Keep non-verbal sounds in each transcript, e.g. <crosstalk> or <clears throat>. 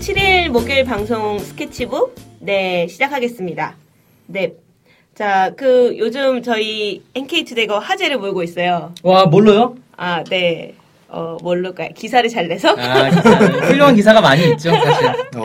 7일 어, 목요일 방송 스케치북 네 시작하겠습니다. 네. 자, 그 요즘 저희 NK 투데이가 화제를 몰고 있어요. 와, 뭘로요? 아, 네. 어, 뭘로까요? 기사를 잘 내서? 아, 진짜. 훌륭한 기사가 많이 있죠, 사실. <laughs> 어,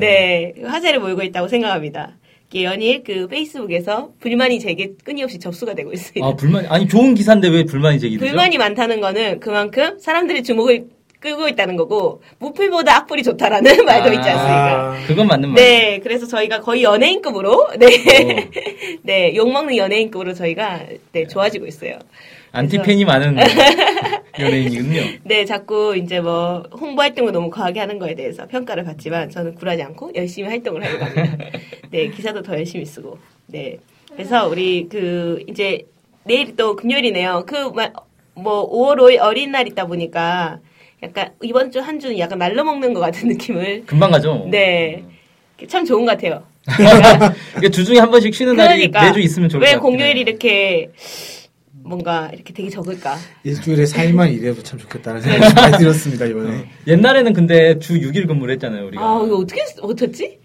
네. 화제를 몰고 있다고 생각합니다. 이게 연일 그 페이스북에서 불만이 제게 끊임없이 접수가 되고 있습니다. 아, 불만, 아니, 좋은 기사인데 왜 불만이 제기되죠? 불만이 많다는 거는 그만큼 사람들의 주목을 끌고 있다는 거고 무필보다 악플이 좋다라는 <laughs> 말도 있지 않습니까? 아, 그건 맞는 말이에요. 네, 그래서 저희가 거의 연예인급으로 네, <laughs> 네 욕먹는 연예인급으로 저희가 네 좋아지고 있어요. 안티팬이 <laughs> 많은 연예인이군요. 네, 자꾸 이제 뭐 홍보 활동을 너무 과하게 하는 거에 대해서 평가를 받지만 저는 굴하지 않고 열심히 활동을 하려고 <laughs> 합니다. 네, 기사도 더 열심히 쓰고. 네, 그래서 우리 그 이제 내일 또 금요일이네요. 그 뭐 5월 5일 어린 날 있다 보니까 약간 이번 주 한 주는 약간 날로 먹는 것 같은 느낌을 금방 가죠? 네. 참 좋은 것 같아요. <laughs> 이게 주중에 한 번씩 쉬는 날이 그러니까 매주 있으면 좋을 그러니까 것왜 같아요. 공휴일이 이렇게 뭔가 이렇게 되게 적을까? 일주일에 4일만 일해도 참 좋겠다는 생각이 많이 들었습니다, 어. 이번에. 옛날에는 근데 주 6일 근무를 했잖아요, 우리가. 아 이거 어떻게 어떻지?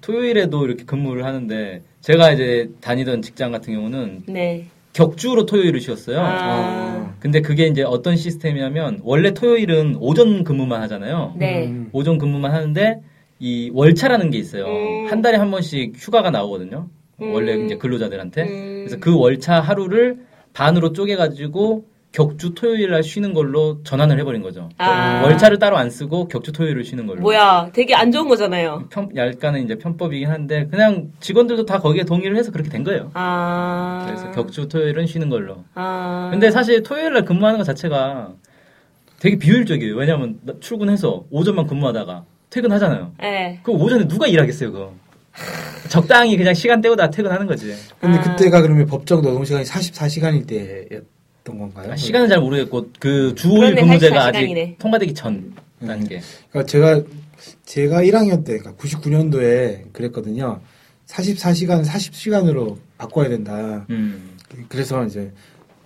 토요일에도 이렇게 근무를 하는데 제가 이제 다니던 직장 같은 경우는 네. 격주로 토요일을 쉬었어요. 아, 근데 그게 이제 어떤 시스템이냐면 원래 토요일은 오전 근무만 하잖아요. 네. 음. 오전 근무만 하는데 이 월차라는 게 있어요. 음. 한 달에 한 번씩 휴가가 나오거든요. 음. 원래 이제 근로자들한테. 음. 그래서 그 월차 하루를 반으로 쪼개가지고 격주 토요일 날 쉬는 걸로 전환을 해버린 거죠. 그러니까 아. 월차를 따로 안 쓰고 격주 토요일을 쉬는 걸로. 뭐야, 되게 안 좋은 거잖아요. 편- 약간은 이제 편법이긴 한데 그냥 직원들도 다 거기에 동의를 해서 그렇게 된 거예요. 아. 그래서 격주 토요일은 쉬는 걸로. 아. 근데 사실 토요일 날 근무하는 것 자체가 되게 비효율적이에요. 왜냐하면 나- 출근해서 오전만 근무하다가 퇴근하잖아요. 네. 그 오전에 누가 일하겠어요, 그거. 적당히 그냥 시간 때우다 퇴근하는 거지. 근데 아. 그때가 그러면 법적 노동시간이 44시간일 때였던 건가요? 아, 시간은 잘 모르겠고 그 주오일 그렇네, 근무제가 84 아직 시간이네. 통과되기 전 단계. 그러니까 제가, 제가 1학년 때, 그러니까 99년도에 그랬거든요. 44시간, 40시간으로 바꿔야 된다. 음. 그래서 이제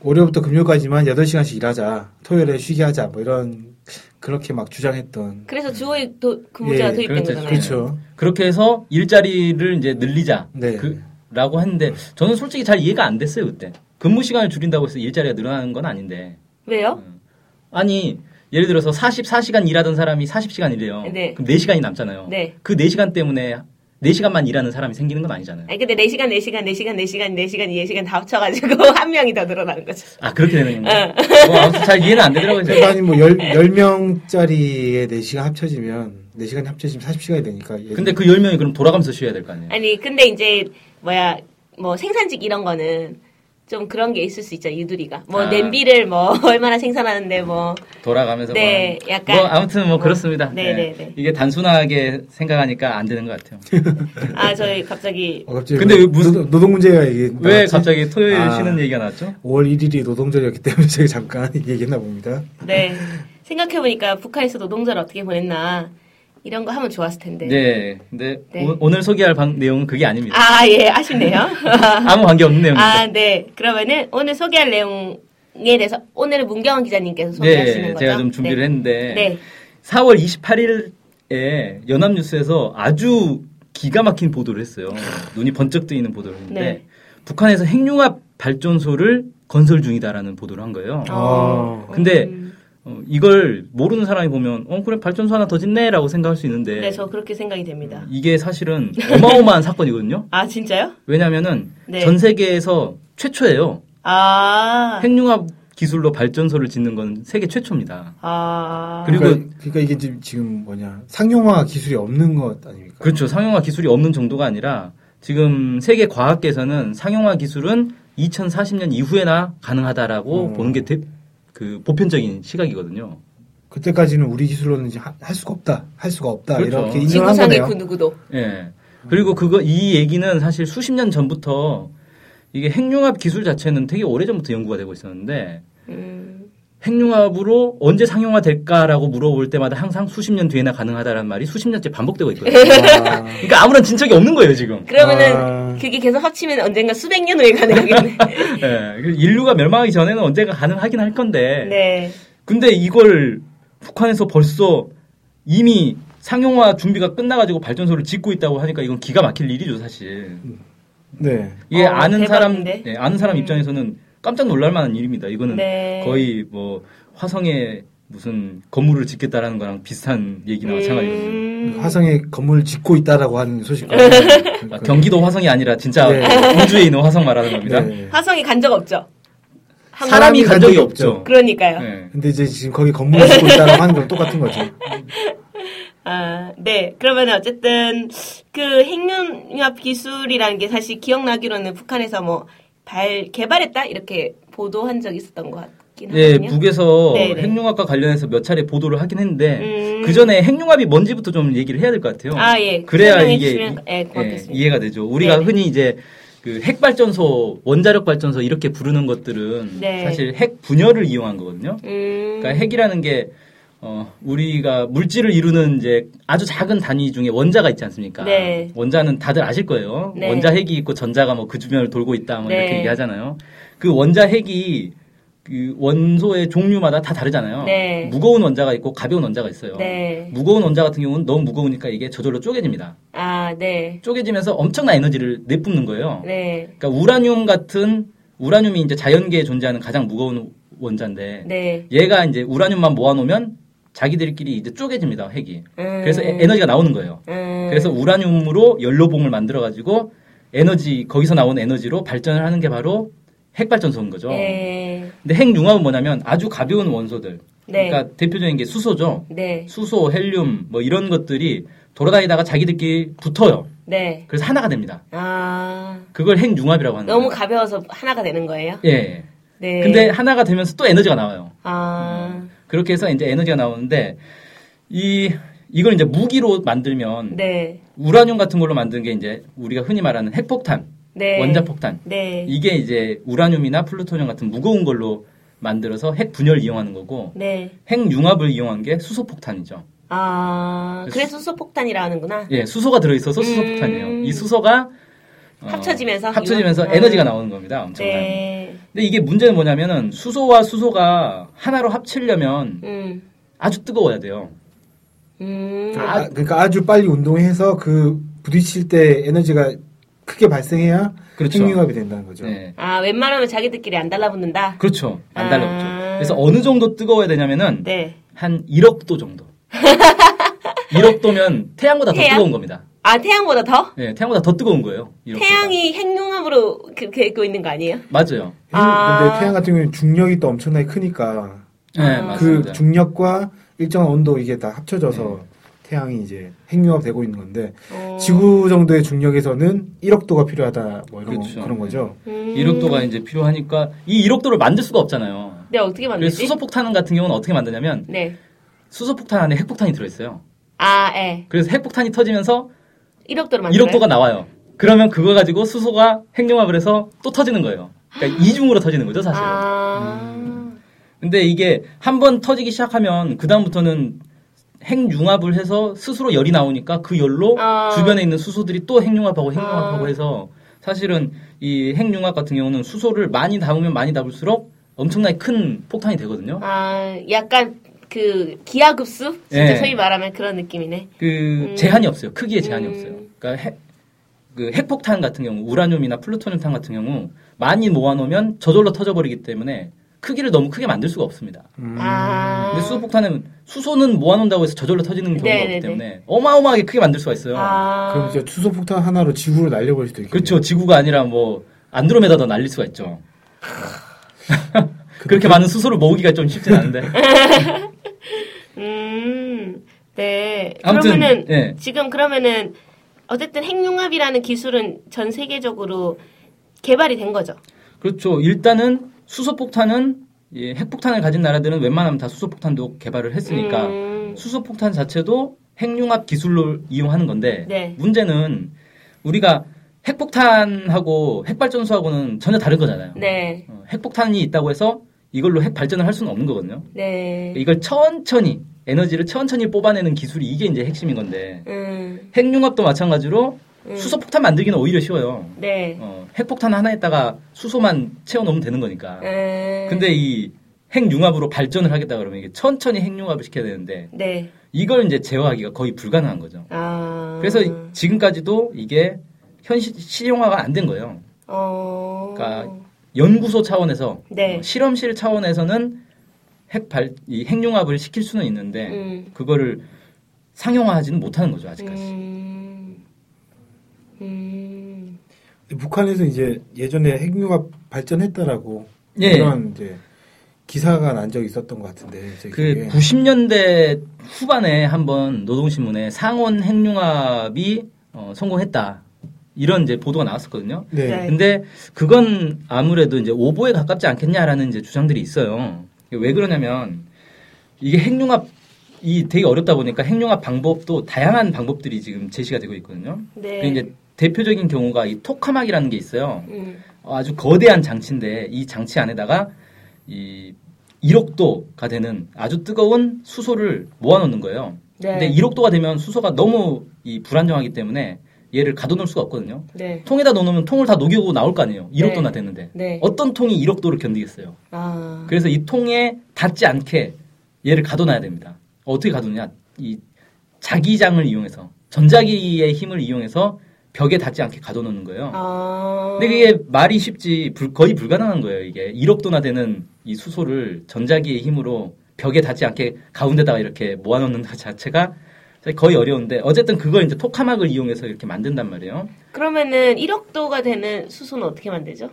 월요일부터 금요일까지만 8시간씩 일하자. 토요일에 쉬게 하자. 뭐 이런, 그렇게 막 네. 주장했던. 그래서 주어의 도, 근무자가 예, 도입된 그렇죠. 거잖아요. 그렇죠. 그렇게 해서 일자리를 이제 늘리자. 네. 그- 라고 했는데 저는 솔직히 잘 이해가 안 됐어요, 그때. 근무 시간을 줄인다고 해서 일자리가 늘어나는 건 아닌데. 왜요? 음. 아니, 예를 들어서 44시간 일하던 사람이 40시간 일해요. 네. 그럼 4시간이 남잖아요. 네. 그 4시간 때문에 4시간만 일하는 사람이 생기는 건 아니잖아요. 아니, 근데 4시간, 4시간, 4시간, 4시간, 4시간, 4시간 다 합쳐가지고 <laughs> 한 명이 더 늘어나는 거죠. 아, 그렇게 되는 건가요? 예. 뭐, 아무튼 잘 이해는 안 되더라고요. 제가. 아니 뭐 열, 10명짜리에 4시간 합쳐지면 4시간 합쳐지면 40시간이 되니까 예. 근데 그 10명이 그럼 돌아가면서 쉬어야 될 거 아니에요? 아니, 근데 이제, 뭐야, 뭐 생산직 이런 거는 좀 그런 게 있을 수 있죠, 유두리가. 뭐 아. 냄비를 뭐 <laughs> 얼마나 생산하는데 뭐. 돌아가면서 네, 뭐, 약간. 뭐 아무튼 뭐 그렇습니다. 네, 네, 네. 이게 단순하게 생각하니까 안 되는 것 같아요. 아, 저희 갑자기. 어, 갑자기 근데 왜 왜 무슨- 노동, 노동 문제가 이게 왜 갑자기 토요일 아. 쉬는 얘기가 나왔죠? 5월 1일이 노동절이었기 때문에 <laughs> 제가 잠깐 얘기했나 봅니다. 네. 생각해보니까 북한에서 노동자를 어떻게 보냈나. 이런 거 하면 좋았을 텐데. 네. 근데 네. 오, 늘 소개할 방- 내용은 그게 아닙니다. 아, 예, 아쉽네요. <laughs> 아무 관계 없는 내용입니다. 아, 네. 그러면은 오늘 소개할 내용에 대해서 오늘은 문경원 기자님께서 소개하시는 네, 거죠? 제가 좀 준비를 네. 했는데 네. 4월 28일에 연합뉴스에서 아주 기가 막힌 보도를 했어요. 눈이 번쩍 뜨이는 보도를 했는데 네. 북한에서 핵융합 발전소를 건설 중이다라는 보도를 한 거예요. 아. 어. 근데 음, 어, 이걸 모르는 사람이 보면 어 그래 발전소 하나 더 짓네라고 생각할 수 있는데 네, 저 그렇게 생각이 됩니다. 이게 사실은 어마어마한 <laughs> 사건이거든요. 아, 진짜요? 왜냐하면은 네. 전 세계에서 최초예요. 아. 핵융합 기술로 발전소를 짓는 건 세계 최초입니다. 아. 그리고- 그러니까, 그러니까 이게 지금- 지금 뭐냐 상용화 기술이 없는 것 아닙니까? 그렇죠. 상용화 기술이 없는 정도가 아니라 지금 세계 과학계에서는 상용화 기술은 2040년 이후에나 가능하다라고 음. 보는 게 그 보편적인 시각이거든요. 그때까지는 우리 기술로는 이제 하- 할 수가 없다, 할 수가 없다 그렇죠. 이렇게 인정한 지구상의 거네요. 그 누구도. 예. 그리고 그거 이 얘기는 사실 수십 년 전부터 이게 핵융합 기술 자체는 되게 오래 전부터 연구가 되고 있었는데 음. 핵융합으로 언제 상용화 될까라고 물어볼 때마다 항상 수십 년 뒤에나 가능하다라는 말이 수십 년째 반복되고 있거든요. 아, 그러니까 아무런 진척이 없는 거예요 지금. 그러면은 아. 그게 계속 합치면 언젠가 수백 년 후에 가능하겠네. 예. 그래서 인류가 멸망하기 전에는 언젠가 가능하긴 할 건데 <laughs> 네. 근데 이걸 북한에서 벌써 이미 상용화 준비가 끝나가지고 발전소를 짓고 있다고 하니까 이건 기가 막힐 일이죠 사실. 네. 이게 어, 아는 대박인데? 사람, 예, 아는 사람 음. 입장에서는 깜짝 놀랄 만한 일입니다. 이거는 네. 거의 뭐 화성에 무슨 건물을 짓겠다라는 거랑 비슷한 얘기나 마찬가지거든요. 음. 화성에 건물 짓고 있다라고 하는 소식. <laughs> 아, 경기도 화성이 아니라 진짜 네. 우주에 있는 화성 말하는 겁니다. 화성에 간 적 없죠. 네. 사람이 간 적이 없죠. 그러니까요. 네. 근데 이제 지금 거기 건물 짓고 있다라고 하는 거랑 똑같은 거죠. 아, 네. 그러면 어쨌든 그 핵융합 기술이라는 게 사실 기억나기로는 북한에서 뭐 발 개발했다 이렇게 보도한 적이 있었던 것 같긴 예, 하거든요. 북에서 네, 네. 핵융합과 관련해서 몇 차례 보도를 하긴 했는데 음. 그 전에 핵융합이 뭔지부터 좀 얘기를 해야 될 것 같아요. 아, 예. 그래야 설명해 이게 주시면, 이- 예, 고맙겠습니다. 이해가 되죠. 우리가 네. 흔히 이제 그 핵발전소, 원자력 발전소 이렇게 부르는 것들은 네. 사실 핵 분열을 이용한 거거든요. 음. 그러니까 핵이라는 게 어, 우리가 물질을 이루는 이제 아주 작은 단위 중에 원자가 있지 않습니까? 네. 원자는 다들 아실 거예요. 네. 원자 핵이 있고 전자가 뭐 그 주변을 돌고 있다 뭐 이렇게 네. 얘기하잖아요. 그 원자 핵이 그 원소의 종류마다 다 다르잖아요. 네. 무거운 원자가 있고 가벼운 원자가 있어요. 네. 무거운 원자 같은 경우는 너무 무거우니까 이게 저절로 쪼개집니다. 아, 네. 쪼개지면서 엄청난 에너지를 내뿜는 거예요. 네. 그러니까 우라늄 같은 우라늄이 이제 자연계에 존재하는 가장 무거운 원자인데 네. 얘가 이제 우라늄만 모아놓으면 자기들끼리 이제 쪼개집니다 핵이. 음. 그래서 에- 에너지가 나오는 거예요. 음. 그래서 우라늄으로 연료봉을 만들어 가지고 에너지 거기서 나온 에너지로 발전을 하는 게 바로 핵 발전소인 거죠. 네. 근데 핵융합은 뭐냐면 아주 가벼운 원소들. 네. 그러니까 대표적인 게 수소죠. 네. 수소, 헬륨 뭐 이런 것들이 돌아다니다가 자기들끼리 붙어요. 네. 그래서 하나가 됩니다. 아. 그걸 핵융합이라고 하는 너무 거예요. 가벼워서 하나가 되는 거예요? 예. 네. 네. 근데 하나가 되면서 또 에너지가 나와요. 아. 그렇게 해서 이제 에너지가 나오는데 이 이걸 이제 무기로 만들면 네. 우라늄 같은 걸로 만든 게 이제 우리가 흔히 말하는 핵폭탄, 네. 원자폭탄 네. 이게 이제 우라늄이나 플루토늄 같은 무거운 걸로 만들어서 핵 분열 이용하는 거고 네. 핵 융합을 이용한 게 수소폭탄이죠. 아. 그래서 수소폭탄이라 하는구나. 예, 수소가 들어있어서 수소폭탄이에요. 이 수소가 어, 음. 합쳐지면서 합쳐지면서 이용한- 에너지가 나오는 겁니다. 엄청난. 네. 근데 이게 문제는 뭐냐면은 수소와 수소가 하나로 합치려면 음. 아주 뜨거워야 돼요. 음. 아, 그러니까 아주 빨리 운동해서 그 부딪힐 때 에너지가 크게 발생해야 그렇죠. 핵융합이 된다는 거죠. 예, 네. 아, 웬만하면 자기들끼리 안 달라붙는다. 그렇죠. 안 아. 달라붙죠. 그래서 어느 정도 뜨거워야 되냐면은 네. 한 1억 도 <laughs> 정도. 1억 도면 태양보다 더 태양? 뜨거운 겁니다. 아, 태양보다 더? 예, 태양보다 더 뜨거운 거예요. 1억 도가. 태양이 핵융합으로 그렇게 있고 있는 거 아니에요? 맞아요. 핵- 근데 아. 태양 같은 경우는 중력이 또 엄청나게 크니까 예, 아. 맞습니다. 그 중력과 일정한 온도 이게 다 합쳐져서 네. 태양이 이제 핵융합되고 있는 건데 어. 지구 정도의 중력에서는 1억 도가 필요하다 뭐 이런 그렇죠. 거- 그런 거죠. 음. 1억 도가 이제 필요하니까 이 1억 도를 만들 수가 없잖아요. 네, 어떻게 그래서 만들지? 수소폭탄 같은 경우는 어떻게 만드냐면 네. 수소폭탄 안에 핵폭탄이 들어있어요. 아, 예. 그래서 핵폭탄이 터지면서 1억도로 만들어요. 1억 도가 나와요. 그러면 그거 가지고 수소가 핵융합을 해서 또 터지는 거예요. 그러니까 이중으로 터지는 거죠, 사실은. 아. 음. 근데 이게 한 번 터지기 시작하면 그 다음부터는 핵융합을 해서 스스로 열이 나오니까 그 열로 아. 주변에 있는 수소들이 또 핵융합하고 핵융합하고 아. 해서 사실은 이 핵융합 같은 경우는 수소를 많이 담으면 많이 담을수록 엄청나게 큰 폭탄이 되거든요. 아, 약간 그 기하급수? 진짜 예. 소위 말하면 그런 느낌이네. 그 음. 제한이 없어요. 크기에 제한이 음. 없어요. 그러니까 핵, 그 핵폭탄 같은 경우 우라늄이나 플루토늄탄 같은 경우 많이 모아놓으면 저절로 터져버리기 때문에 크기를 너무 크게 만들 수가 없습니다. 음. 아. 근데 수소폭탄은 수소는 모아놓는다고 해서 저절로 터지는 경우가 네네네. 없기 때문에 어마어마하게 크게 만들 수가 있어요. 아. 그럼 이제 수소 폭탄 하나로 지구를 날려버릴 수도 있겠네요. 그렇죠. 지구가 아니라 뭐 안드로메다도 날릴 수가 있죠. 그렇게 많은 수소를 모으기가 좀 쉽진 않은데. <laughs> 음, 네. 아무튼, 그러면은 예. 지금 그러면은 어쨌든 핵융합이라는 기술은 전 세계적으로 개발이 된 거죠. 그렇죠. 일단은 수소폭탄은 이 핵폭탄을 가진 나라들은 웬만하면 다 수소폭탄도 개발을 했으니까 음, 수소폭탄 자체도 핵융합 기술로 이용하는 건데 네. 문제는 우리가 핵폭탄하고 핵발전소하고는 전혀 다른 거잖아요. 네, 어, 핵폭탄이 있다고 해서 이걸로 핵 발전을 할 수는 없는 거거든요. 네. 이걸 천천히 에너지를 천천히 뽑아내는 기술이 이게 이제 핵심인 건데 음, 핵융합도 마찬가지로 음. 수소폭탄 만들기는 오히려 쉬워요. 네. 네. 어, 핵폭탄 하나에다가 수소만 채워 넣으면 되는 거니까. 음, 근데 이 핵융합으로 발전을 하겠다 그러면 이게 천천히 핵융합을 시켜야 되는데 네. 이걸 이제 제어하기가 거의 불가능한 거죠. 아. 그래서 이- 지금까지도 이게 현실 실용화가 안 된 거예요. 어. 그러니까 연구소 차원에서 네. 어, 실험실 차원에서는 핵발 이 핵융합을 시킬 수는 있는데 음. 그거를 상용화하지는 못하는 거죠 아직까지. 음. 음. 근데 북한에서 이제 예전에 핵융합 발전했다라고 예. 그런 이제 기사가 난 적이 있었던 것 같은데 저기 그 90년대 후반에 한번 노동신문에 상온 핵융합이 어, 성공했다 이런 이제 보도가 나왔었거든요. 네. 네. 근데 그건 아무래도 이제 오보에 가깝지 않겠냐라는 이제 주장들이 있어요. 이게 왜 그러냐면 이게 핵융합이 되게 어렵다 보니까 핵융합 방법도 다양한 방법들이 지금 제시가 되고 있거든요. 네. 근데 이제 대표적인 경우가 이 토카막이라는 게 있어요. 음. 아주 거대한 장치인데 이 장치 안에다가 이 1억도가 되는 아주 뜨거운 수소를 모아놓는 거예요. 네. 근데 1억도가 되면 수소가 너무 이 불안정하기 때문에 얘를 가둬놓을 수가 없거든요. 네. 통에다 넣어놓으면 통을 다 녹이고 나올 거 아니에요. 네. 1억도나 됐는데 네. 어떤 통이 1억도를 견디겠어요. 아. 그래서 이 통에 닿지 않게 얘를 가둬놔야 됩니다. 어떻게 가두느냐? 이 자기장을 이용해서 전자기의 힘을 이용해서 벽에 닿지 않게 가둬놓는 거예요. 아. 근데 그게 말이 쉽지 불- 거의 불가능한 거예요. 이게 1억도나 되는 이 수소를 전자기의 힘으로 벽에 닿지 않게 가운데다가 이렇게 모아놓는 것 자체가 거의 어려운데 어쨌든 그걸 이제 토카막을 이용해서 이렇게 만든단 말이에요. 그러면은 1억도가 되는 수소는 어떻게 만들죠?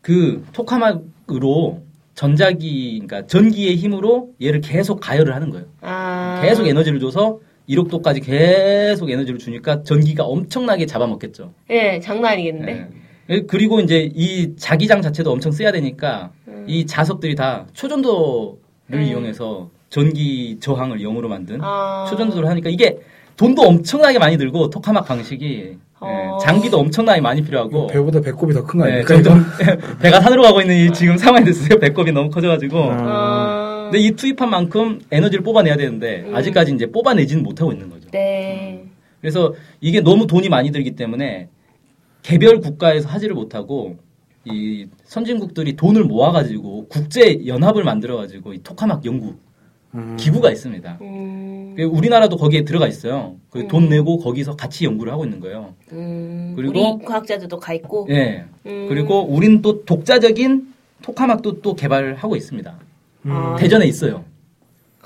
그 토카막으로 전자기 그러니까 전기의 힘으로 얘를 계속 가열을 하는 거예요. 아. 계속 에너지를 줘서 1억도까지 계속 에너지를 주니까 전기가 엄청나게 잡아먹겠죠. 예, 장난 아니겠는데. 예. 그리고 이제 이 자기장 자체도 엄청 써야 되니까 이 자석들이 다 초전도를 음. 이용해서 전기 저항을 0으로 만든 아. 초전도를 하니까 이게 돈도 엄청나게 많이 들고 토카막 방식이 예, 어. 장비도 엄청나게 많이 이거 필요하고 뭐 배보다 배꼽이 더 큰 거 예, 아닙니까? 점점 <laughs> 배가 산으로 가고 있는 이 지금 상황이 됐어요 배꼽이 너무 커져가지고 아. 근데 이 투입한 만큼 에너지를 뽑아내야 되는데 음. 아직까지 이제 뽑아내지는 못하고 있는 거죠 네. 그래서 이게 너무 돈이 많이 들기 때문에 개별 국가에서 하지를 못하고 이 선진국들이 돈을 모아가지고 국제 연합을 만들어가지고 이 토카막 연구 음. 기구가 있습니다. 음. 그 우리나라도 거기에 들어가 있어요. 그 돈 음. 내고 거기서 같이 연구를 하고 있는 거예요. 음. 그리고- 우리 과학자들도 가 있고. 예. 음. 그리고 우린 또 독자적인 토카막도 또 개발하고 있습니다. 음. 아. 대전에 있어요.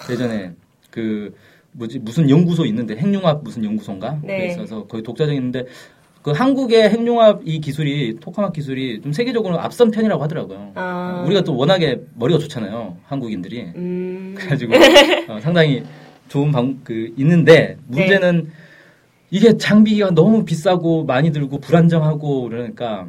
대전에 그 뭐지 무슨 연구소 있는데 핵융합 무슨 연구소인가 네. 그게 있어서 거의 독자적인데 그 한국의 핵융합 이 기술이 토카막 기술이 좀 세계적으로 앞선 편이라고 하더라고요. 아. 우리가 또 워낙에 머리가 좋잖아요 한국인들이 음. 그래가지고 어, 상당히 좋은 방그 있는데 문제는 네. 이게 장비가 너무 비싸고 많이 들고 불안정하고 그러니까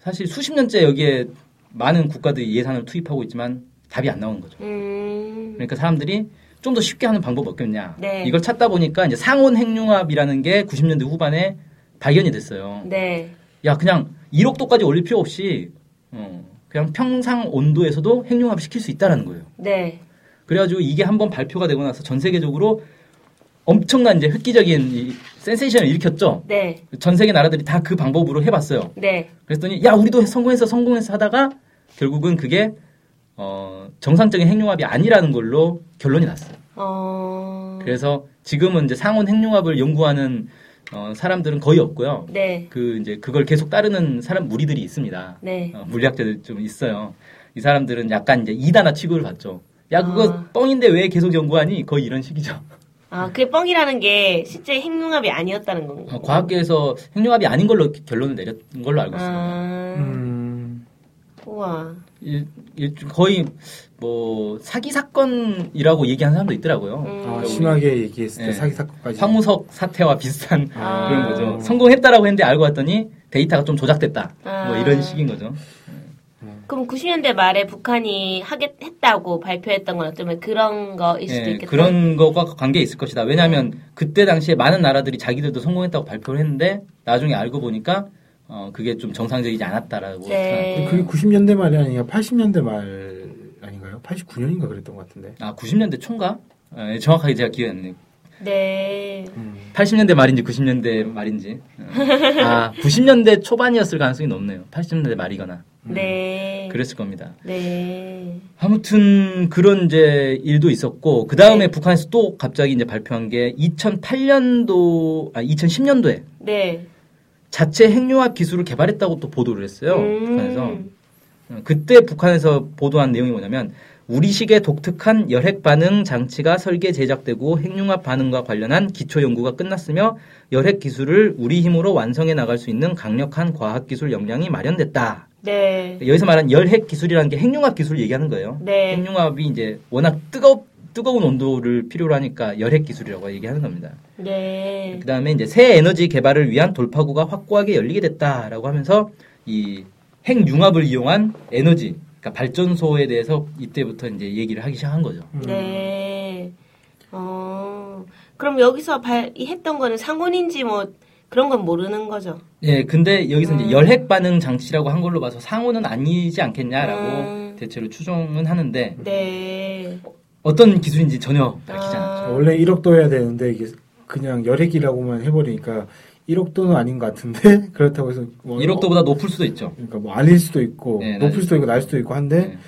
사실 수십 년째 여기에 많은 국가들이 예산을 투입하고 있지만 답이 안 나오는 거죠. 음. 그러니까 사람들이 좀 더 쉽게 하는 방법 없겠냐. 네. 이걸 찾다 보니까 이제 상온 핵융합이라는 게 90년대 후반에 발견이 됐어요. 네. 야, 그냥 1억도까지 올릴 필요 없이 어, 그냥 평상 온도에서도 핵융합 시킬 수 있다라는 거예요. 네. 그래가지고 이게 한번 발표가 되고 나서 전 세계적으로 엄청난 이제 획기적인 이 센세이션을 일으켰죠. 네. 전 세계 나라들이 다 그 방법으로 해봤어요. 네. 그랬더니 야 우리도 성공했어 성공했어 하다가 결국은 그게 어, 정상적인 핵융합이 아니라는 걸로 결론이 났어요. 어. 그래서 지금은 이제 상온 핵융합을 연구하는 어, 사람들은 거의 없고요. 네. 그 이제 그걸 계속 따르는 사람 무리들이 있습니다. 네. 어, 물리학자들 좀 있어요. 이 사람들은 약간 이제 이단아 취급을 받죠. 야 그거 아. 뻥인데 왜 계속 연구하니? 거의 <laughs> 이런 식이죠. 아, 그게 뻥이라는 게 실제 핵융합이 아니었다는 건가? 어, 과학계에서 핵융합이 아닌 걸로 결론을 내렸 걸로 알고 있습니다. 아. 음. 우와. 이- 이 거의 뭐 사기 사건이라고 얘기하는 사람도 있더라고요. 음. 아, 심하게 얘기했을 때 예. 사기 사건까지. 네. 황우석 사태와 비슷한 아. 그런 거죠. 성공했다라고 했는데 알고 봤더니 데이터가 좀 조작됐다. 뭐 아. 이런 식인 거죠. 그럼 90년대 말에 북한이 하겠 했다고 발표했던 건 어쩌면 그런 거일 수도 예, 있겠다. 그런 것과 관계 있을 것이다. 왜냐하면 그때 당시에 많은 나라들이 자기들도 성공했다고 발표를 했는데 나중에 알고 보니까 어, 그게 좀 정상적이지 않았다라고. 네. 그게 90년대 말이 아니라 80년대 말 아닌가요? 89년인가 그랬던 것 같은데. 아 90년대 초인가? 예, 정확하게 제가 기억이 안 나요. 네. 음. 80년대 말인지 90년대 말인지. 어. <laughs> 아, 90년대 초반이었을 가능성이 높네요. 80년대 말이거나. 네. 음. 그랬을 겁니다. 네. 아무튼 그런 이제 일도 있었고 그 다음에 네. 북한에서 또 갑자기 이제 발표한 게 2008년도 아 2010년도에 네. 자체 핵융합 기술을 개발했다고 또 보도를 했어요. 음. 북한에서 어, 그때 북한에서 보도한 내용이 뭐냐면 우리식의 독특한 열핵 반응 장치가 설계 제작되고 핵융합 반응과 관련한 기초 연구가 끝났으며 열핵 기술을 우리 힘으로 완성해 나갈 수 있는 강력한 과학 기술 역량이 마련됐다. 네. 여기서 말한 열핵 기술이라는 게 핵융합 기술을 얘기하는 거예요. 네. 핵융합이 이제 워낙 뜨거 뜨거운 온도를 필요로 하니까 열핵 기술이라고 얘기하는 겁니다. 네. 그다음에 이제 새 에너지 개발을 위한 돌파구가 확고하게 열리게 됐다라고 하면서 이 핵융합을 이용한 에너지 그러니까 발전소에 대해서 이때부터 이제 얘기를 하기 시작한 거죠. 음. 네. 어. 그럼 여기서 발, 이 했던 거는 상온인지 뭐 그런 건 모르는 거죠. 예, 근데 여기서 음. 이제 열핵 반응 장치라고 한 걸로 봐서 상호는 아니지 않겠냐라고 음. 대체로 추정은 하는데 네. 음. 어떤 기술인지 전혀 밝히지 아. 않았죠. 원래 1억도 해야 되는데 이게 그냥 열핵이라고만 해버리니까 1억도는 아닌 것 같은데 <laughs> 그렇다고 해서 뭐 1억도보다 높을 수도 있죠. 그러니까 뭐 아닐 수도 있고 네, 높을 낮- 수도 있고 날 수도 있고 한데 네.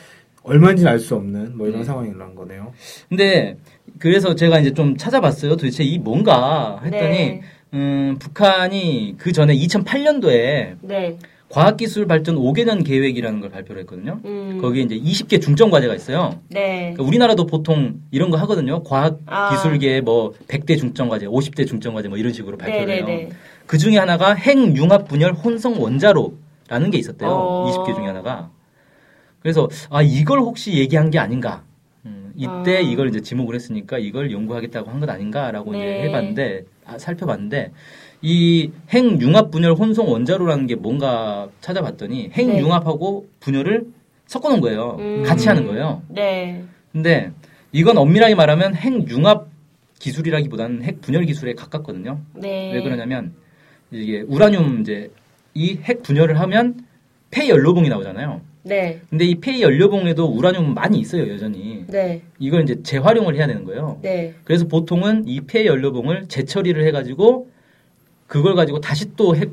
얼마인지는 알 수 없는 뭐 이런 네. 상황이 난 거네요. 근데 그래서 제가 이제 좀 찾아봤어요. 도대체 이 뭔가 했더니 네. 음, 북한이 그 전에 2008년도에 네. 과학기술 발전 5개년 계획이라는 걸 발표를 했거든요. 음. 거기에 이제 20개 중점 과제가 있어요. 네. 그러니까 우리나라도 보통 이런 거 하거든요. 과학 아. 기술계의 뭐 100대 중점 과제, 50대 중점 과제 뭐 이런 식으로 발표를 네, 해요. 네, 네. 그 중에 하나가 핵융합 분열 혼성 원자로라는 게 있었대요. 어. 20개 중에 하나가. 그래서 아 이걸 혹시 얘기한 게 아닌가? 음, 이때 아. 이걸 이제 지목을 했으니까 이걸 연구하겠다고 한 것 아닌가라고 네. 이제 해봤는데 아, 살펴봤는데 이 핵융합 분열 혼성 원자로라는 게 뭔가 찾아봤더니 핵융합하고 분열을 섞어놓은 거예요. 네. 음. 같이 하는 거예요. 네. 근데 이건 엄밀하게 말하면 핵융합 기술이라기보다는 핵 분열 기술에 가깝거든요. 네. 왜 그러냐면 이게 우라늄 이제 이 핵 분열을 하면 폐연료봉이 나오잖아요. 네. 근데 이 폐연료봉에도 우라늄은 많이 있어요 여전히. 네. 이걸 이제 재활용을 해야 되는 거예요. 네. 그래서 보통은 이 폐연료봉을 재처리를 해가지고 그걸 가지고 다시 또 핵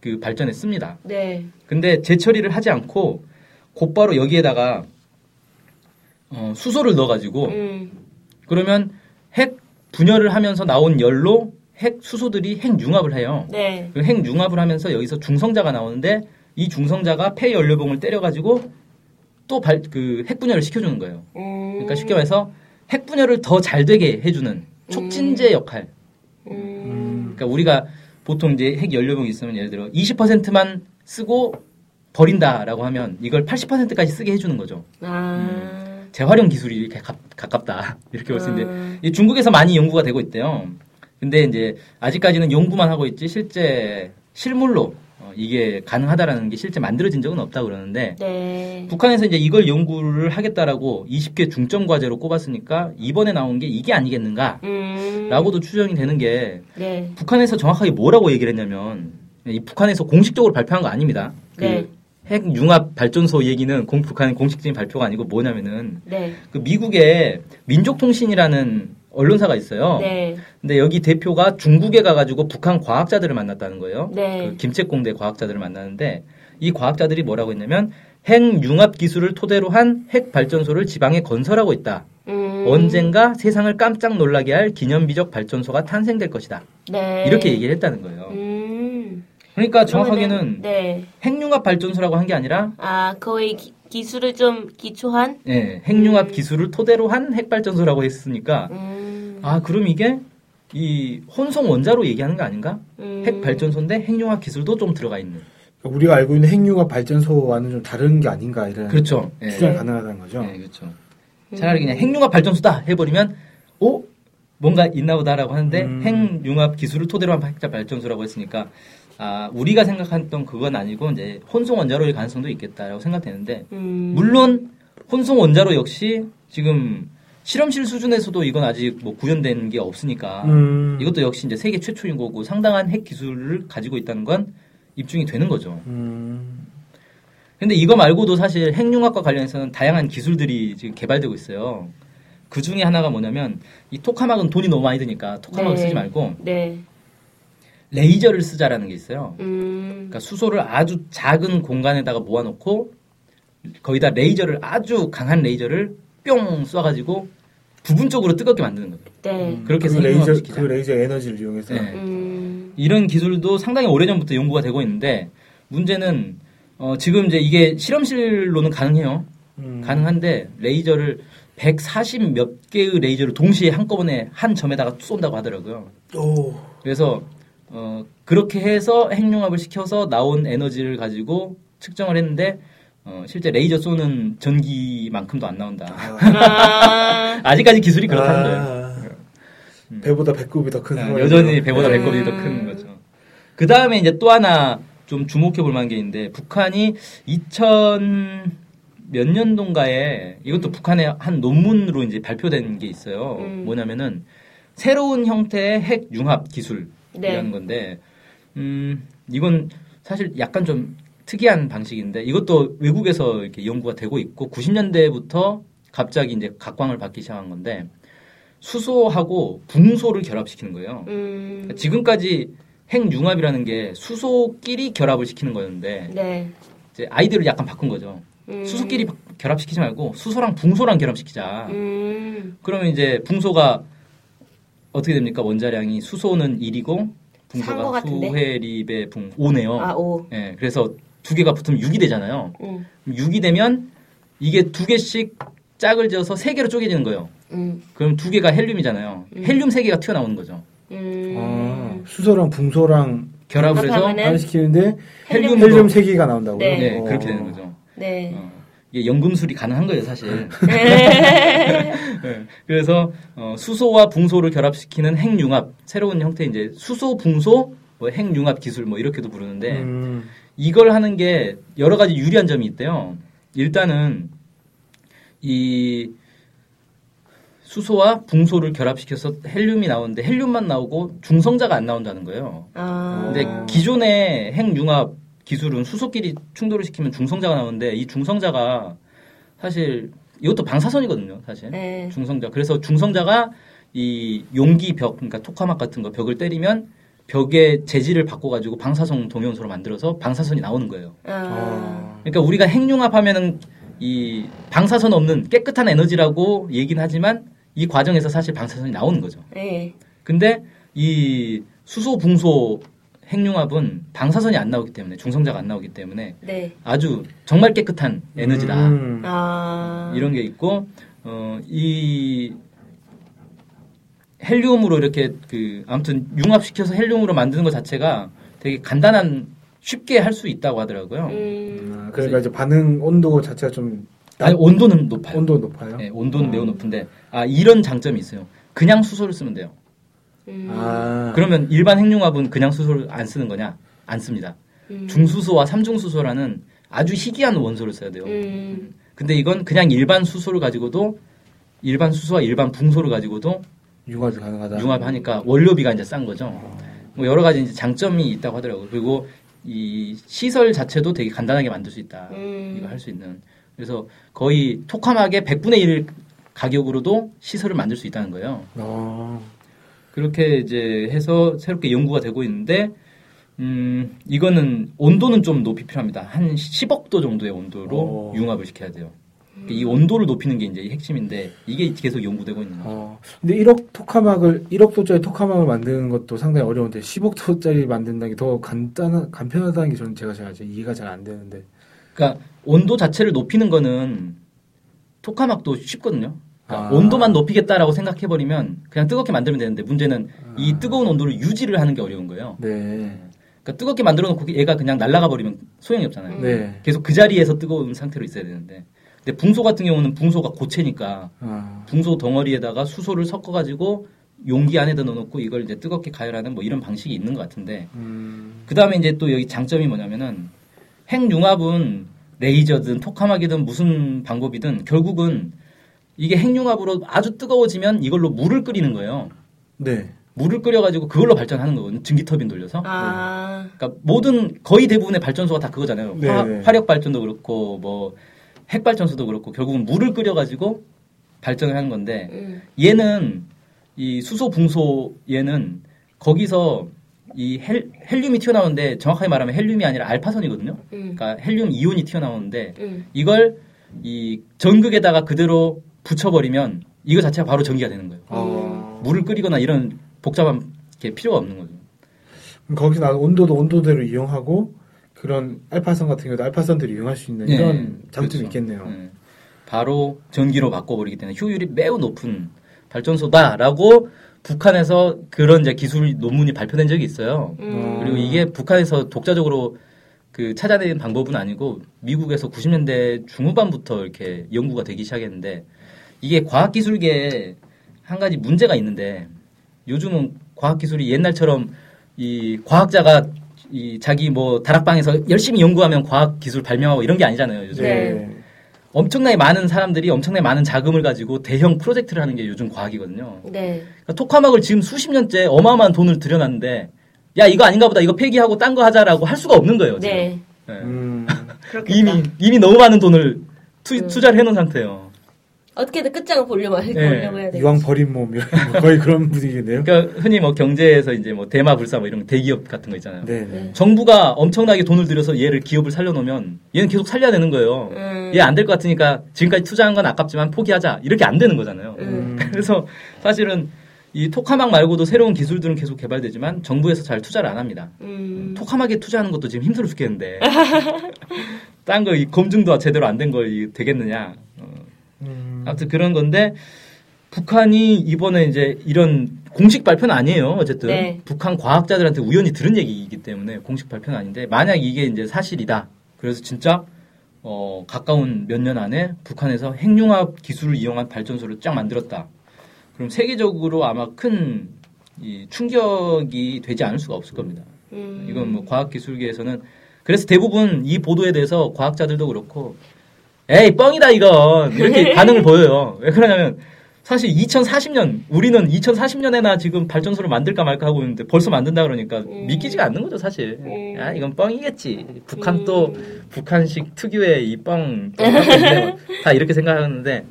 그 발전에 씁니다. 네. 근데 재처리를 하지 않고 곧바로 여기에다가 어, 수소를 넣어가지고 음. 그러면 핵 분열을 하면서 나온 열로 핵 수소들이 핵 융합을 해요. 네. 그 핵융합을 하면서 여기서 중성자가 나오는데 이 중성자가 폐연료봉을 때려가지고 또 발 그 핵분열을 시켜주는 거예요. 음. 그러니까 쉽게 말해서 핵분열을 더 잘 되게 해주는 촉진제 역할. 음. 그러니까 우리가 보통 이제 핵연료봉이 있으면 예를 들어 20%만 쓰고 버린다라고 하면 이걸 80%까지 쓰게 해주는 거죠. 아. 재활용 기술이 이렇게 가, 깝다 <laughs> 이렇게 볼 수 있는데 아. 이 중국에서 많이 연구가 되고 있대요. 근데 이제 아직까지는 연구만 하고 있지 실제 실물로 어, 이게 가능하다라는 게 실제 만들어진 적은 없다 그러는데 네. 북한에서 이제 이걸 연구를 하겠다라고 20개 중점 과제로 꼽았으니까 이번에 나온 게 이게 아니겠는가라고도 음. 추정이 되는 게 네. 북한에서 정확하게 뭐라고 얘기를 했냐면 이 북한에서 공식적으로 발표한 거 아닙니다. 그 네. 핵융합 발전소 얘기는 공, 북한의 공식적인 발표가 아니고 뭐냐면은 네. 그 미국의 민족통신이라는 언론사가 있어요. 네. 근데 여기 대표가 중국에 가가지고 북한 과학자들을 만났다는 거예요. 네. 그 김책공대 과학자들을 만나는데 이 과학자들이 뭐라고 했냐면 핵융합 기술을 토대로 한 핵 발전소를 지방에 건설하고 있다. 음. 언젠가 세상을 깜짝 놀라게 할 기념비적 발전소가 탄생될 것이다. 네. 이렇게 얘기를 했다는 거예요. 음. 그러니까 그러면은, 정확하게는 네. 핵융합 발전소라고 한 게 아니라 아, 거의 기, 기술을 좀 기초한 예, 핵융합 기술을 토대로 한 핵 발전소라고 했으니까 음. 아 그럼 이게 이 혼성 원자로 얘기하는 거 아닌가? 음. 핵 발전소인데 핵융합 기술도 좀 들어가 있는. 그러니까 우리가 알고 있는 핵융합 발전소와는 좀 다른 게 아닌가 이런 그렇죠. 예. 추정이 가능하다는 거죠. 예, 그렇죠. 차라리 그냥 핵융합 발전소다 해버리면 오 뭔가 있나보다라고 하는데 음. 핵융합 기술을 토대로 한 핵자 발전소라고 했으니까 아 우리가 생각했던 그건 아니고 이제 혼성 원자로일 가능성도 있겠다라고 생각되는데 음. 물론 혼성 원자로 역시 지금 실험실 수준에서도 이건 아직 뭐 구현된 게 없으니까 음. 아, 이것도 역시 이제 세계 최초인 거고 상당한 핵 기술을 가지고 있다는 건 입증이 되는 거죠. 음. 근데 이거 말고도 사실 핵융합과 관련해서는 다양한 기술들이 지금 개발되고 있어요. 그 중에 하나가 뭐냐면 이 토카막은 돈이 너무 많이 드니까 토카막을 네. 쓰지 말고 네. 레이저를 쓰자라는 게 있어요. 음. 그러니까 수소를 아주 작은 공간에다가 모아놓고 거기다 레이저를 아주 강한 레이저를 뿅 쏴가지고 부분적으로 뜨겁게 만드는 거예요. 네. 음, 그렇게 그 생명을 레이저 시키자. 그 레이저 에너지를 이용해서 네. 음. 이런 기술도 상당히 오래전부터 연구가 되고 있는데 문제는 어, 지금 이제 이게 실험실로는 가능해요. 음, 가능한데 레이저를 140 몇 개의 레이저를 동시에 한꺼번에 한 점에다가 쏜다고 하더라고요. 오, 그래서 어, 그렇게 해서 핵융합을 시켜서 나온 에너지를 가지고 측정을 했는데 어, 실제 레이저 쏘는 전기만큼도 안 <laughs> 나온다. 아, 아직까지 기술이 그렇다는 거예요. 음. 배보다 배꼽이 더 큰 아, 그 상황이네요. 여전히 배보다 네. 배꼽이 더 음. 큰 거죠. 그 다음에 이제 또 하나 좀 주목해 볼 만한 게 있는데 북한이 2000 몇 년도인가에 이것도 북한의 한 논문으로 이제 발표된 게 있어요. 음. 뭐냐면은 새로운 형태의 핵 융합 기술이라는 네. 건데 음 이건 사실 약간 좀 특이한 방식인데 이것도 외국에서 이렇게 연구가 되고 있고 90년대부터 갑자기 이제 각광을 받기 시작한 건데 수소하고 붕소를 결합시키는 거예요. 그러니까 음. 지금까지 핵융합이라는 게 수소끼리 결합을 시키는 거였는데 네. 이제 아이디어를 약간 바꾼 거죠. 음. 수소끼리 바- 결합시키지 말고 수소랑 붕소랑 결합시키자. 음. 그러면 이제 붕소가 어떻게 됩니까? 원자량이 수소는 1이고 산것 붕소가 같은데? 수회립의 붕 5네요. 아, 오. 예, 그래서 두 개가 붙으면 6이 되잖아요. 음. 6이 되면 이게 두 개씩 짝을 지어서 세 개로 쪼개지는 거예요. 음. 그럼 두 개가 헬륨이잖아요. 음. 헬륨 세 개가 튀어나오는 거죠. 음. 아, 수소랑 붕소랑 결합을 해서 네. 안 시키는데 헬륨. 헬륨으로. 헬륨 세 개가 나온다고요? 네. 네, 어. 그렇게 되는 거죠. 네. 어, 이게 연금술이 가능한 거예요, 사실. 네, 그래서 어, 수소와 붕소를 결합시키는 핵융합, 새로운 형태 이제 수소 붕소 뭐 핵융합 기술 뭐 이렇게도 부르는데 음, 이걸 하는 게 여러 가지 유리한 점이 있대요. 일단은 이 수소와 붕소를 결합시켜서 헬륨이 나오는데 헬륨만 나오고 중성자가 안 나온다는 거예요. <laughs> 아. 근데 기존의 핵융합 기술은 수소끼리 충돌을 시키면 중성자가 나오는데 이 중성자가 사실 이것도 방사선이거든요, 사실. 네. 중성자. 그래서 중성자가 이 용기 벽, 그러니까 토카막 같은 거 벽을 때리면 벽의 재질을 바꿔가지고 방사성 동연소로 만들어서 방사선이 나오는 거예요. 아. 그러니까 우리가 핵융합하면은 이 방사선 없는 깨끗한 에너지라고 얘긴 하지만 이 과정에서 사실 방사선이 나오는 거죠. 네. 근데 이 수소 붕소 핵융합은 방사선이 안 나오기 때문에 중성자가 안 나오기 때문에 네. 아주 정말 깨끗한 에너지다 음. 아. 이런 게 있고 어, 어이 헬륨으로 이렇게 그 아무튼 융합시켜서 헬륨으로 만드는 것 자체가 되게 간단한 쉽게 할 수 있다고 하더라고요. 음. 아, 그러니까 이제 반응 온도 자체가 좀 아니 온도는 높아요. 온도 높아요. 네, 온도는 매우 높은데 아 이런 장점이 있어요. 그냥 수소를 쓰면 돼요. 음. 아, 그러면 일반 핵융합은 그냥 수소를 안 쓰는 거냐? 안 씁니다. 음. 중수소와 삼중수소라는 아주 희귀한 원소를 써야 돼요. 음. 근데 이건 그냥 일반 수소를 가지고도 일반 수소와 일반 붕소를 가지고도 융합이 가능하다. 융합하니까 원료비가 이제 싼 거죠. 뭐 여러 가지 이제 장점이 있다고 하더라고요. 그리고 이 시설 자체도 되게 간단하게 만들 수 있다. 음. 아, 이거 할 수 있는. 그래서 거의 토카막의 100분의 1 가격으로도 시설을 만들 수 있다는 거예요. 아, 그렇게 이제 해서 새롭게 연구가 되고 있는데 음 이거는 온도는 좀 높이 필요합니다. 한 10억도 정도의 온도로 오. 융합을 시켜야 돼요. 이 온도를 높이는 게 이제 핵심인데 이게 계속 연구되고 있는 거죠. 어. 근데 1억 토카막을 1억 도짜리 토카막을 만드는 것도 상당히 어려운데 10억 도짜리 만든다는 게 더 간단한 간편하다는 게 저는 제가 잘 이제 이해가 잘 안 되는데. 그러니까 온도 자체를 높이는 거는 토카막도 쉽거든요. 그러니까 아. 온도만 높이겠다라고 생각해 버리면 그냥 뜨겁게 만들면 되는데 문제는 이 아. 뜨거운 온도를 유지를 하는 게 어려운 거예요. 네. 그러니까 뜨겁게 만들어 놓고 얘가 그냥 날아가 버리면 소용이 없잖아요. 네. 계속 그 자리에서 뜨거운 상태로 있어야 되는데 근데 붕소 같은 경우는 붕소가 고체니까 아, 붕소 덩어리에다가 수소를 섞어가지고 용기 안에다 넣어놓고 이걸 이제 뜨겁게 가열하는 뭐 이런 방식이 있는 것 같은데 음, 그 다음에 이제 또 여기 장점이 뭐냐면은 핵융합은 레이저든 토카막이든 무슨 방법이든 결국은 이게 핵융합으로 아주 뜨거워지면 이걸로 물을 끓이는 거예요. 네. 물을 끓여가지고 그걸로 발전하는 거거든요. 전기 터빈 돌려서. 아. 그러니까 모든 거의 대부분의 발전소가 다 그거잖아요. 네, 화, 네. 화력 발전도 그렇고 뭐 핵발전소도 그렇고 결국은 물을 끓여가지고 발전을 하는 건데 음. 얘는 이 수소 붕소 얘는 거기서 이 헬, 륨이 튀어나오는데 정확하게 말하면 헬륨이 아니라 알파선이거든요. 음. 그러니까 헬륨 이온이 튀어나오는데 음. 이걸 이 전극에다가 그대로 붙여버리면 이거 자체가 바로 전기가 되는 거예요. 어. 물을 끓이거나 이런 복잡한 게 필요가 없는 거죠. 그럼 거기서 나는 온도도 온도대로 이용하고 그런 알파선 같은 경우도 알파선들이 이용할 수 있는 네, 이런 예, 그렇죠. 장점이 있겠네요. 예. 바로 전기로 바꿔버리기 때문에 효율이 매우 높은 발전소다라고 북한에서 그런 이제 기술 논문이 발표된 적이 있어요. 음. 그리고 이게 북한에서 독자적으로 그 찾아낸 방법은 아니고 미국에서 90년대 중후반부터 이렇게 연구가 되기 시작했는데 이게 과학기술계에 한 가지 문제가 있는데 요즘은 과학기술이 옛날처럼 이 과학자가 이 자기 뭐 다락방에서 열심히 연구하면 과학기술 발명하고 이런 게 아니잖아요. 요즘 네. 엄청나게 많은 사람들이 엄청나게 많은 자금을 가지고 대형 프로젝트를 하는 게 요즘 과학이거든요. 네. 그러니까 토카막을 지금 수십 년째 어마어마한 돈을 들여놨는데 야 이거 아닌가 보다 이거 폐기하고 딴 거 하자라고 할 수가 없는 거예요. 지금. 네. 예. 음, 그렇겠다. 이미 이미 너무 많은 돈을 투, 음. 자를 해놓은 상태예요. 어떻게든 끝장을 보려고 할- 네. 보려고 해야 돼. 이왕 버린 몸 이런 거 거의 그런 분위기네요. 그러니까 흔히 뭐 경제에서 이제 뭐 대마 불사 뭐 이런 대기업 같은 거 있잖아요. 네. 네. 정부가 엄청나게 돈을 들여서 얘를 기업을 살려놓으면 얘는 계속 살려야 되는 거예요. 음. 얘 안 될 것 같으니까 지금까지 투자한 건 아깝지만 포기하자 이렇게 안 되는 거잖아요. 음. 그래서 사실은 이 토카막 말고도 새로운 기술들은 계속 개발되지만 정부에서 잘 투자를 안 합니다. 음. 토카막에 투자하는 것도 지금 힘들어 죽겠는데 딴 거 검증도 제대로 안 된 걸 되겠느냐. 어, 음. 아무튼 그런 건데 북한이 이번에 이제 이런 공식 발표는 아니에요. 어쨌든 네. 북한 과학자들한테 우연히 들은 얘기이기 때문에 공식 발표는 아닌데 만약 이게 이제 사실이다. 그래서 진짜 어, 가까운 몇 년 안에 북한에서 핵융합 기술을 이용한 발전소를 쫙 만들었다. 그럼 세계적으로 아마 큰 이 충격이 되지 않을 수가 없을 겁니다. 음. 이건 뭐 과학기술계에서는 그래서 대부분 이 보도에 대해서 과학자들도 그렇고 에이 뻥이다 이건 <laughs> 이렇게 반응을 보여요. 왜 그러냐면 사실 2040년 우리는 2040년에나 지금 발전소를 만들까 말까 하고 있는데 벌써 만든다 그러니까 음. 믿기지가 않는 거죠 사실. 음. 아 이건 뻥이겠지. 북한 또 음. 북한식 특유의 이뻥다 이렇게 생각하는데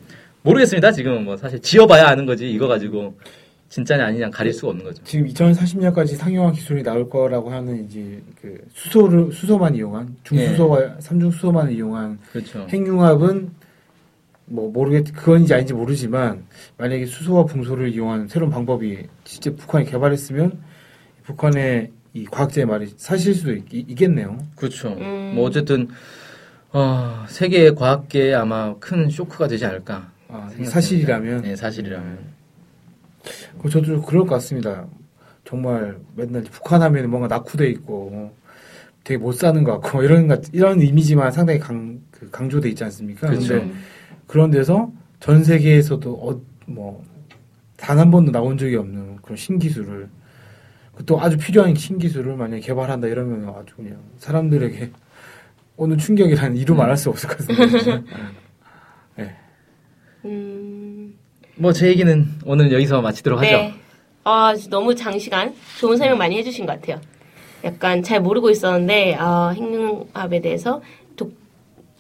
모르겠습니다 지금 뭐 사실 지어봐야 아는 거지 이거 가지고 진짜냐 아니냐 가릴 수가 없는 거죠. 지금 2040년까지 상용화 기술이 나올 거라고 하는 이제 그 수소를 수소만 이용한 중수소와 예. 삼중 수소만 이용한 그렇죠. 핵융합은 뭐 모르겠 그건지 아닌지 모르지만 만약에 수소와 붕소를 이용한 새로운 방법이 실제 북한이 개발했으면 북한의 이 과학자의 말이 사실일 수도 있, 겠네요 그렇죠. 음. 뭐 어쨌든 어, 세계 과학계에 아마 큰 쇼크가 되지 않을까. 아, 이게 생각됩니다. 사실이라면 네, 사실이라면. 그 저도 좀 그럴 것 같습니다. 정말 맨날 북한 하면 뭔가 낙후돼 있고 되게 못 사는 것 같고 <laughs> 이런 것- 이런 이미지만 상당히 강그 강조돼 있지 않습니까? 그렇죠. 근데 그런 데서 전 세계에서도 어, 뭐단 한 번도 나온 적이 없는 그런 신기술을 그또 아주 필요한 신기술을 만약에 개발한다 이러면 아주 그냥 사람들에게 <laughs> 오늘 충격이라는 이루 말할 수 없을 것 같습니다. 진짜. 음. 뭐 제 얘기는 오늘 여기서 마치도록 네. 하죠. 아, 너무 장시간 좋은 설명 많이 해주신 것 같아요. 약간 잘 모르고 있었는데 아, 핵융합에 대해서 독,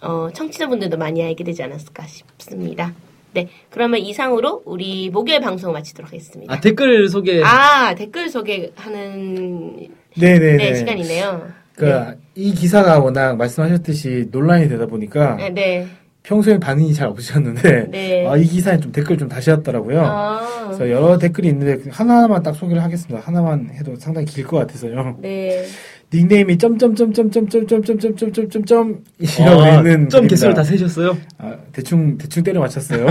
어, 청취자분들도 많이 알게 되지 않았을까 싶습니다. 네, 그러면 이상으로 우리 목요일 방송 마치도록 하겠습니다. 아 댓글 소개. 아, 댓글 소개하는 네네네. <laughs> 네, 시간이네요. 그러니까 이 기사가 워낙 말씀하셨듯이 논란이 되다 보니까 네, 네. 평소엔 반응이 잘 없으셨는데 네. 아, 이 기사에 좀 댓글 좀 다시 왔더라고요. 아, 그래서 여러 댓글이 있는데 하나만 딱 소개를 하겠습니다. 하나만 해도 상당히 길 것 같아서요. 네. 닉네임이 점점점점점점점점점점점 이라고 아, 있는 점 분입니다. 개수를 다 세셨어요? 아, 대충 대충 때려 맞췄어요.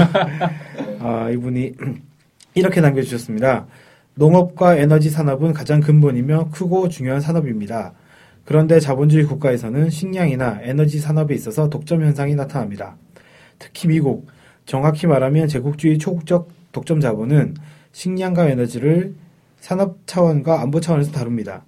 아, 이분이 <clears throat> 이렇게 남겨주셨습니다. 농업과 에너지 산업은 가장 근본이며 크고 중요한 산업입니다. 그런데 자본주의 국가에서는 식량이나 에너지 산업에 있어서 독점 현상이 나타납니다. 특히 미국, 정확히 말하면 제국주의 초국적 독점 자본은 식량과 에너지를 산업 차원과 안보 차원에서 다룹니다.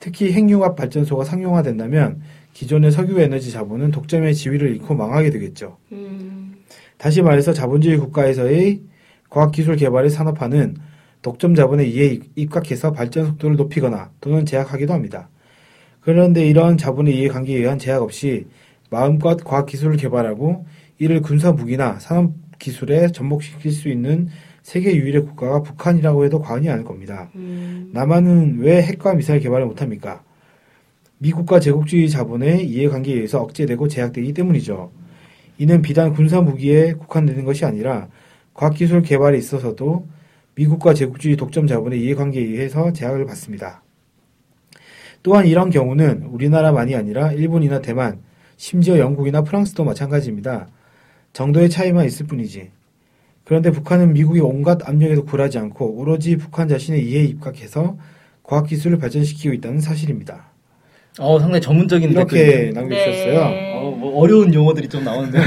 특히 핵융합 발전소가 상용화된다면 기존의 석유 에너지 자본은 독점의 지위를 잃고 망하게 되겠죠. 음, 다시 말해서 자본주의 국가에서의 과학기술 개발을 산업화는 독점 자본에 의해 입- 입각해서 발전 속도를 높이거나 또는 제약하기도 합니다. 그런데 이런 자본의 이해관계에 의한 제약 없이 마음껏 과학기술을 개발하고 이를 군사 무기나 산업 기술에 접목시킬 수 있는 세계 유일의 국가가 북한이라고 해도 과언이 아닐 겁니다. 음, 남한은 왜 핵과 미사일 개발을 못합니까? 미국과 제국주의 자본의 이해관계에 의해서 억제되고 제약되기 때문이죠. 이는 비단 군사 무기에 국한되는 것이 아니라 과학기술 개발에 있어서도 미국과 제국주의 독점 자본의 이해관계에 의해서 제약을 받습니다. 또한 이런 경우는 우리나라만이 아니라 일본이나 대만, 심지어 영국이나 프랑스도 마찬가지입니다. 정도의 차이만 있을 뿐이지. 그런데 북한은 미국의 온갖 압력에도 굴하지 않고 오로지 북한 자신의 이해에 입각해서 과학기술을 발전시키고 있다는 사실입니다. 어, 상당히 전문적인 이렇게 댓글. 남겨주셨어요. 네. 어, 뭐 어려운 용어들이 좀 나오는데.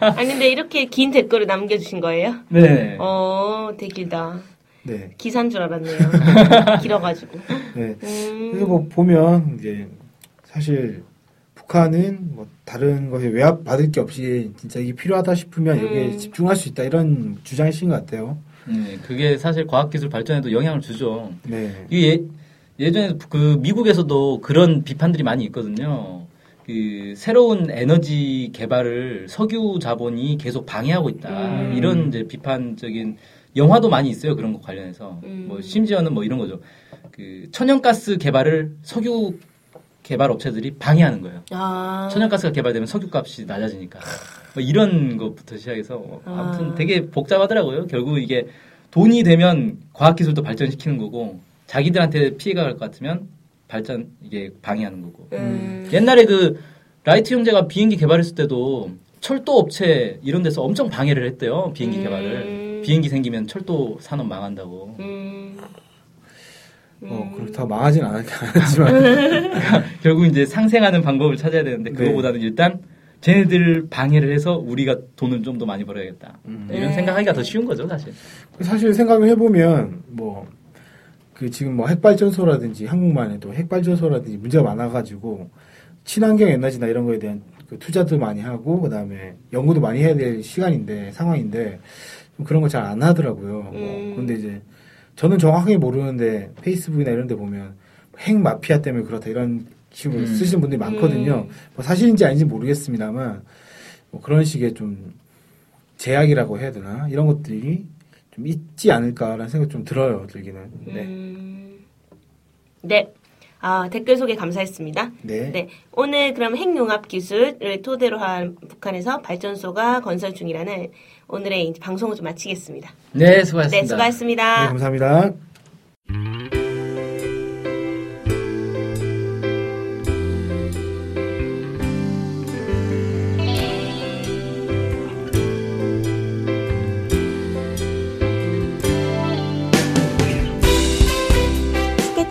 아니 근데 이렇게 긴 댓글을 남겨주신 거예요? 네. 어, 되게 길다. 네. 기사인 줄 알았네요. 길어가지고. 네. 그래서 음, 뭐 보면 이제 사실 북한은 뭐 다른 것에 외압 받을 게 없이 진짜 이게 필요하다 싶으면 여기에 음. 집중할 수 있다 이런 주장이신 것 같아요. 네, 그게 사실 과학기술 발전에도 영향을 주죠. 네. 이 예, 예전에 그 미국에서도 그런 비판들이 많이 있거든요. 그 새로운 에너지 개발을 석유 자본이 계속 방해하고 있다. 음. 이런 이제 비판적인 영화도 많이 있어요. 그런 거 관련해서. 음. 뭐 심지어는 뭐 이런 거죠. 그 천연가스 개발을 석유 개발 업체들이 방해하는 거예요. 아, 천연가스가 개발되면 석유값이 낮아지니까 뭐 이런 것부터 시작해서 뭐 아무튼 아. 되게 복잡하더라고요. 결국 이게 돈이 되면 과학기술도 발전시키는 거고 자기들한테 피해가 갈 것 같으면 발전 이게 방해하는 거고 음, 옛날에 그 라이트 형제가 비행기 개발했을 때도 철도 업체 이런 데서 엄청 방해를 했대요 비행기 음. 개발을 비행기 생기면 철도 산업 망한다고 음, 어 그렇다고 망하진 <laughs> 않- 않았지만 결국 이제 상생하는 방법을 찾아야 되는데 네. 그거보다는 일단 쟤네들 방해를 해서 우리가 돈을 좀 더 많이 벌어야겠다. 음. 이런 생각하기가 더 쉬운 거죠, 사실. 사실 생각을 해보면 뭐 그 지금 뭐 핵발전소라든지 한국만 해도 핵발전소라든지 문제가 많아가지고 친환경 에너지나 이런 거에 대한 그 투자도 많이 하고 그다음에 연구도 많이 해야 될 시간인데 상황인데 좀 그런 거 잘 안 하더라고요. 뭐 음. 근데 이제 저는 정확하게 모르는데 페이스북이나 이런 데 보면 핵 마피아 때문에 그렇다 이런 식으로 음. 쓰시는 분들이 많거든요. 뭐 사실인지 아닌지 모르겠습니다만 뭐 그런 식의 좀 제약이라고 해야 되나 이런 것들이 좀 있지 않을까라는 생각 좀 들어요 들기는. 네. 음. 네. 아, 댓글 소개 감사했습니다. 네. 네. 오늘 그럼 핵융합 기술을 토대로 한 북한에서 발전소가 건설 중이라는 오늘의 이제 방송을 좀 마치겠습니다. 네, 수고하셨습니다. 네, 수고하셨습니다. 네, 감사합니다.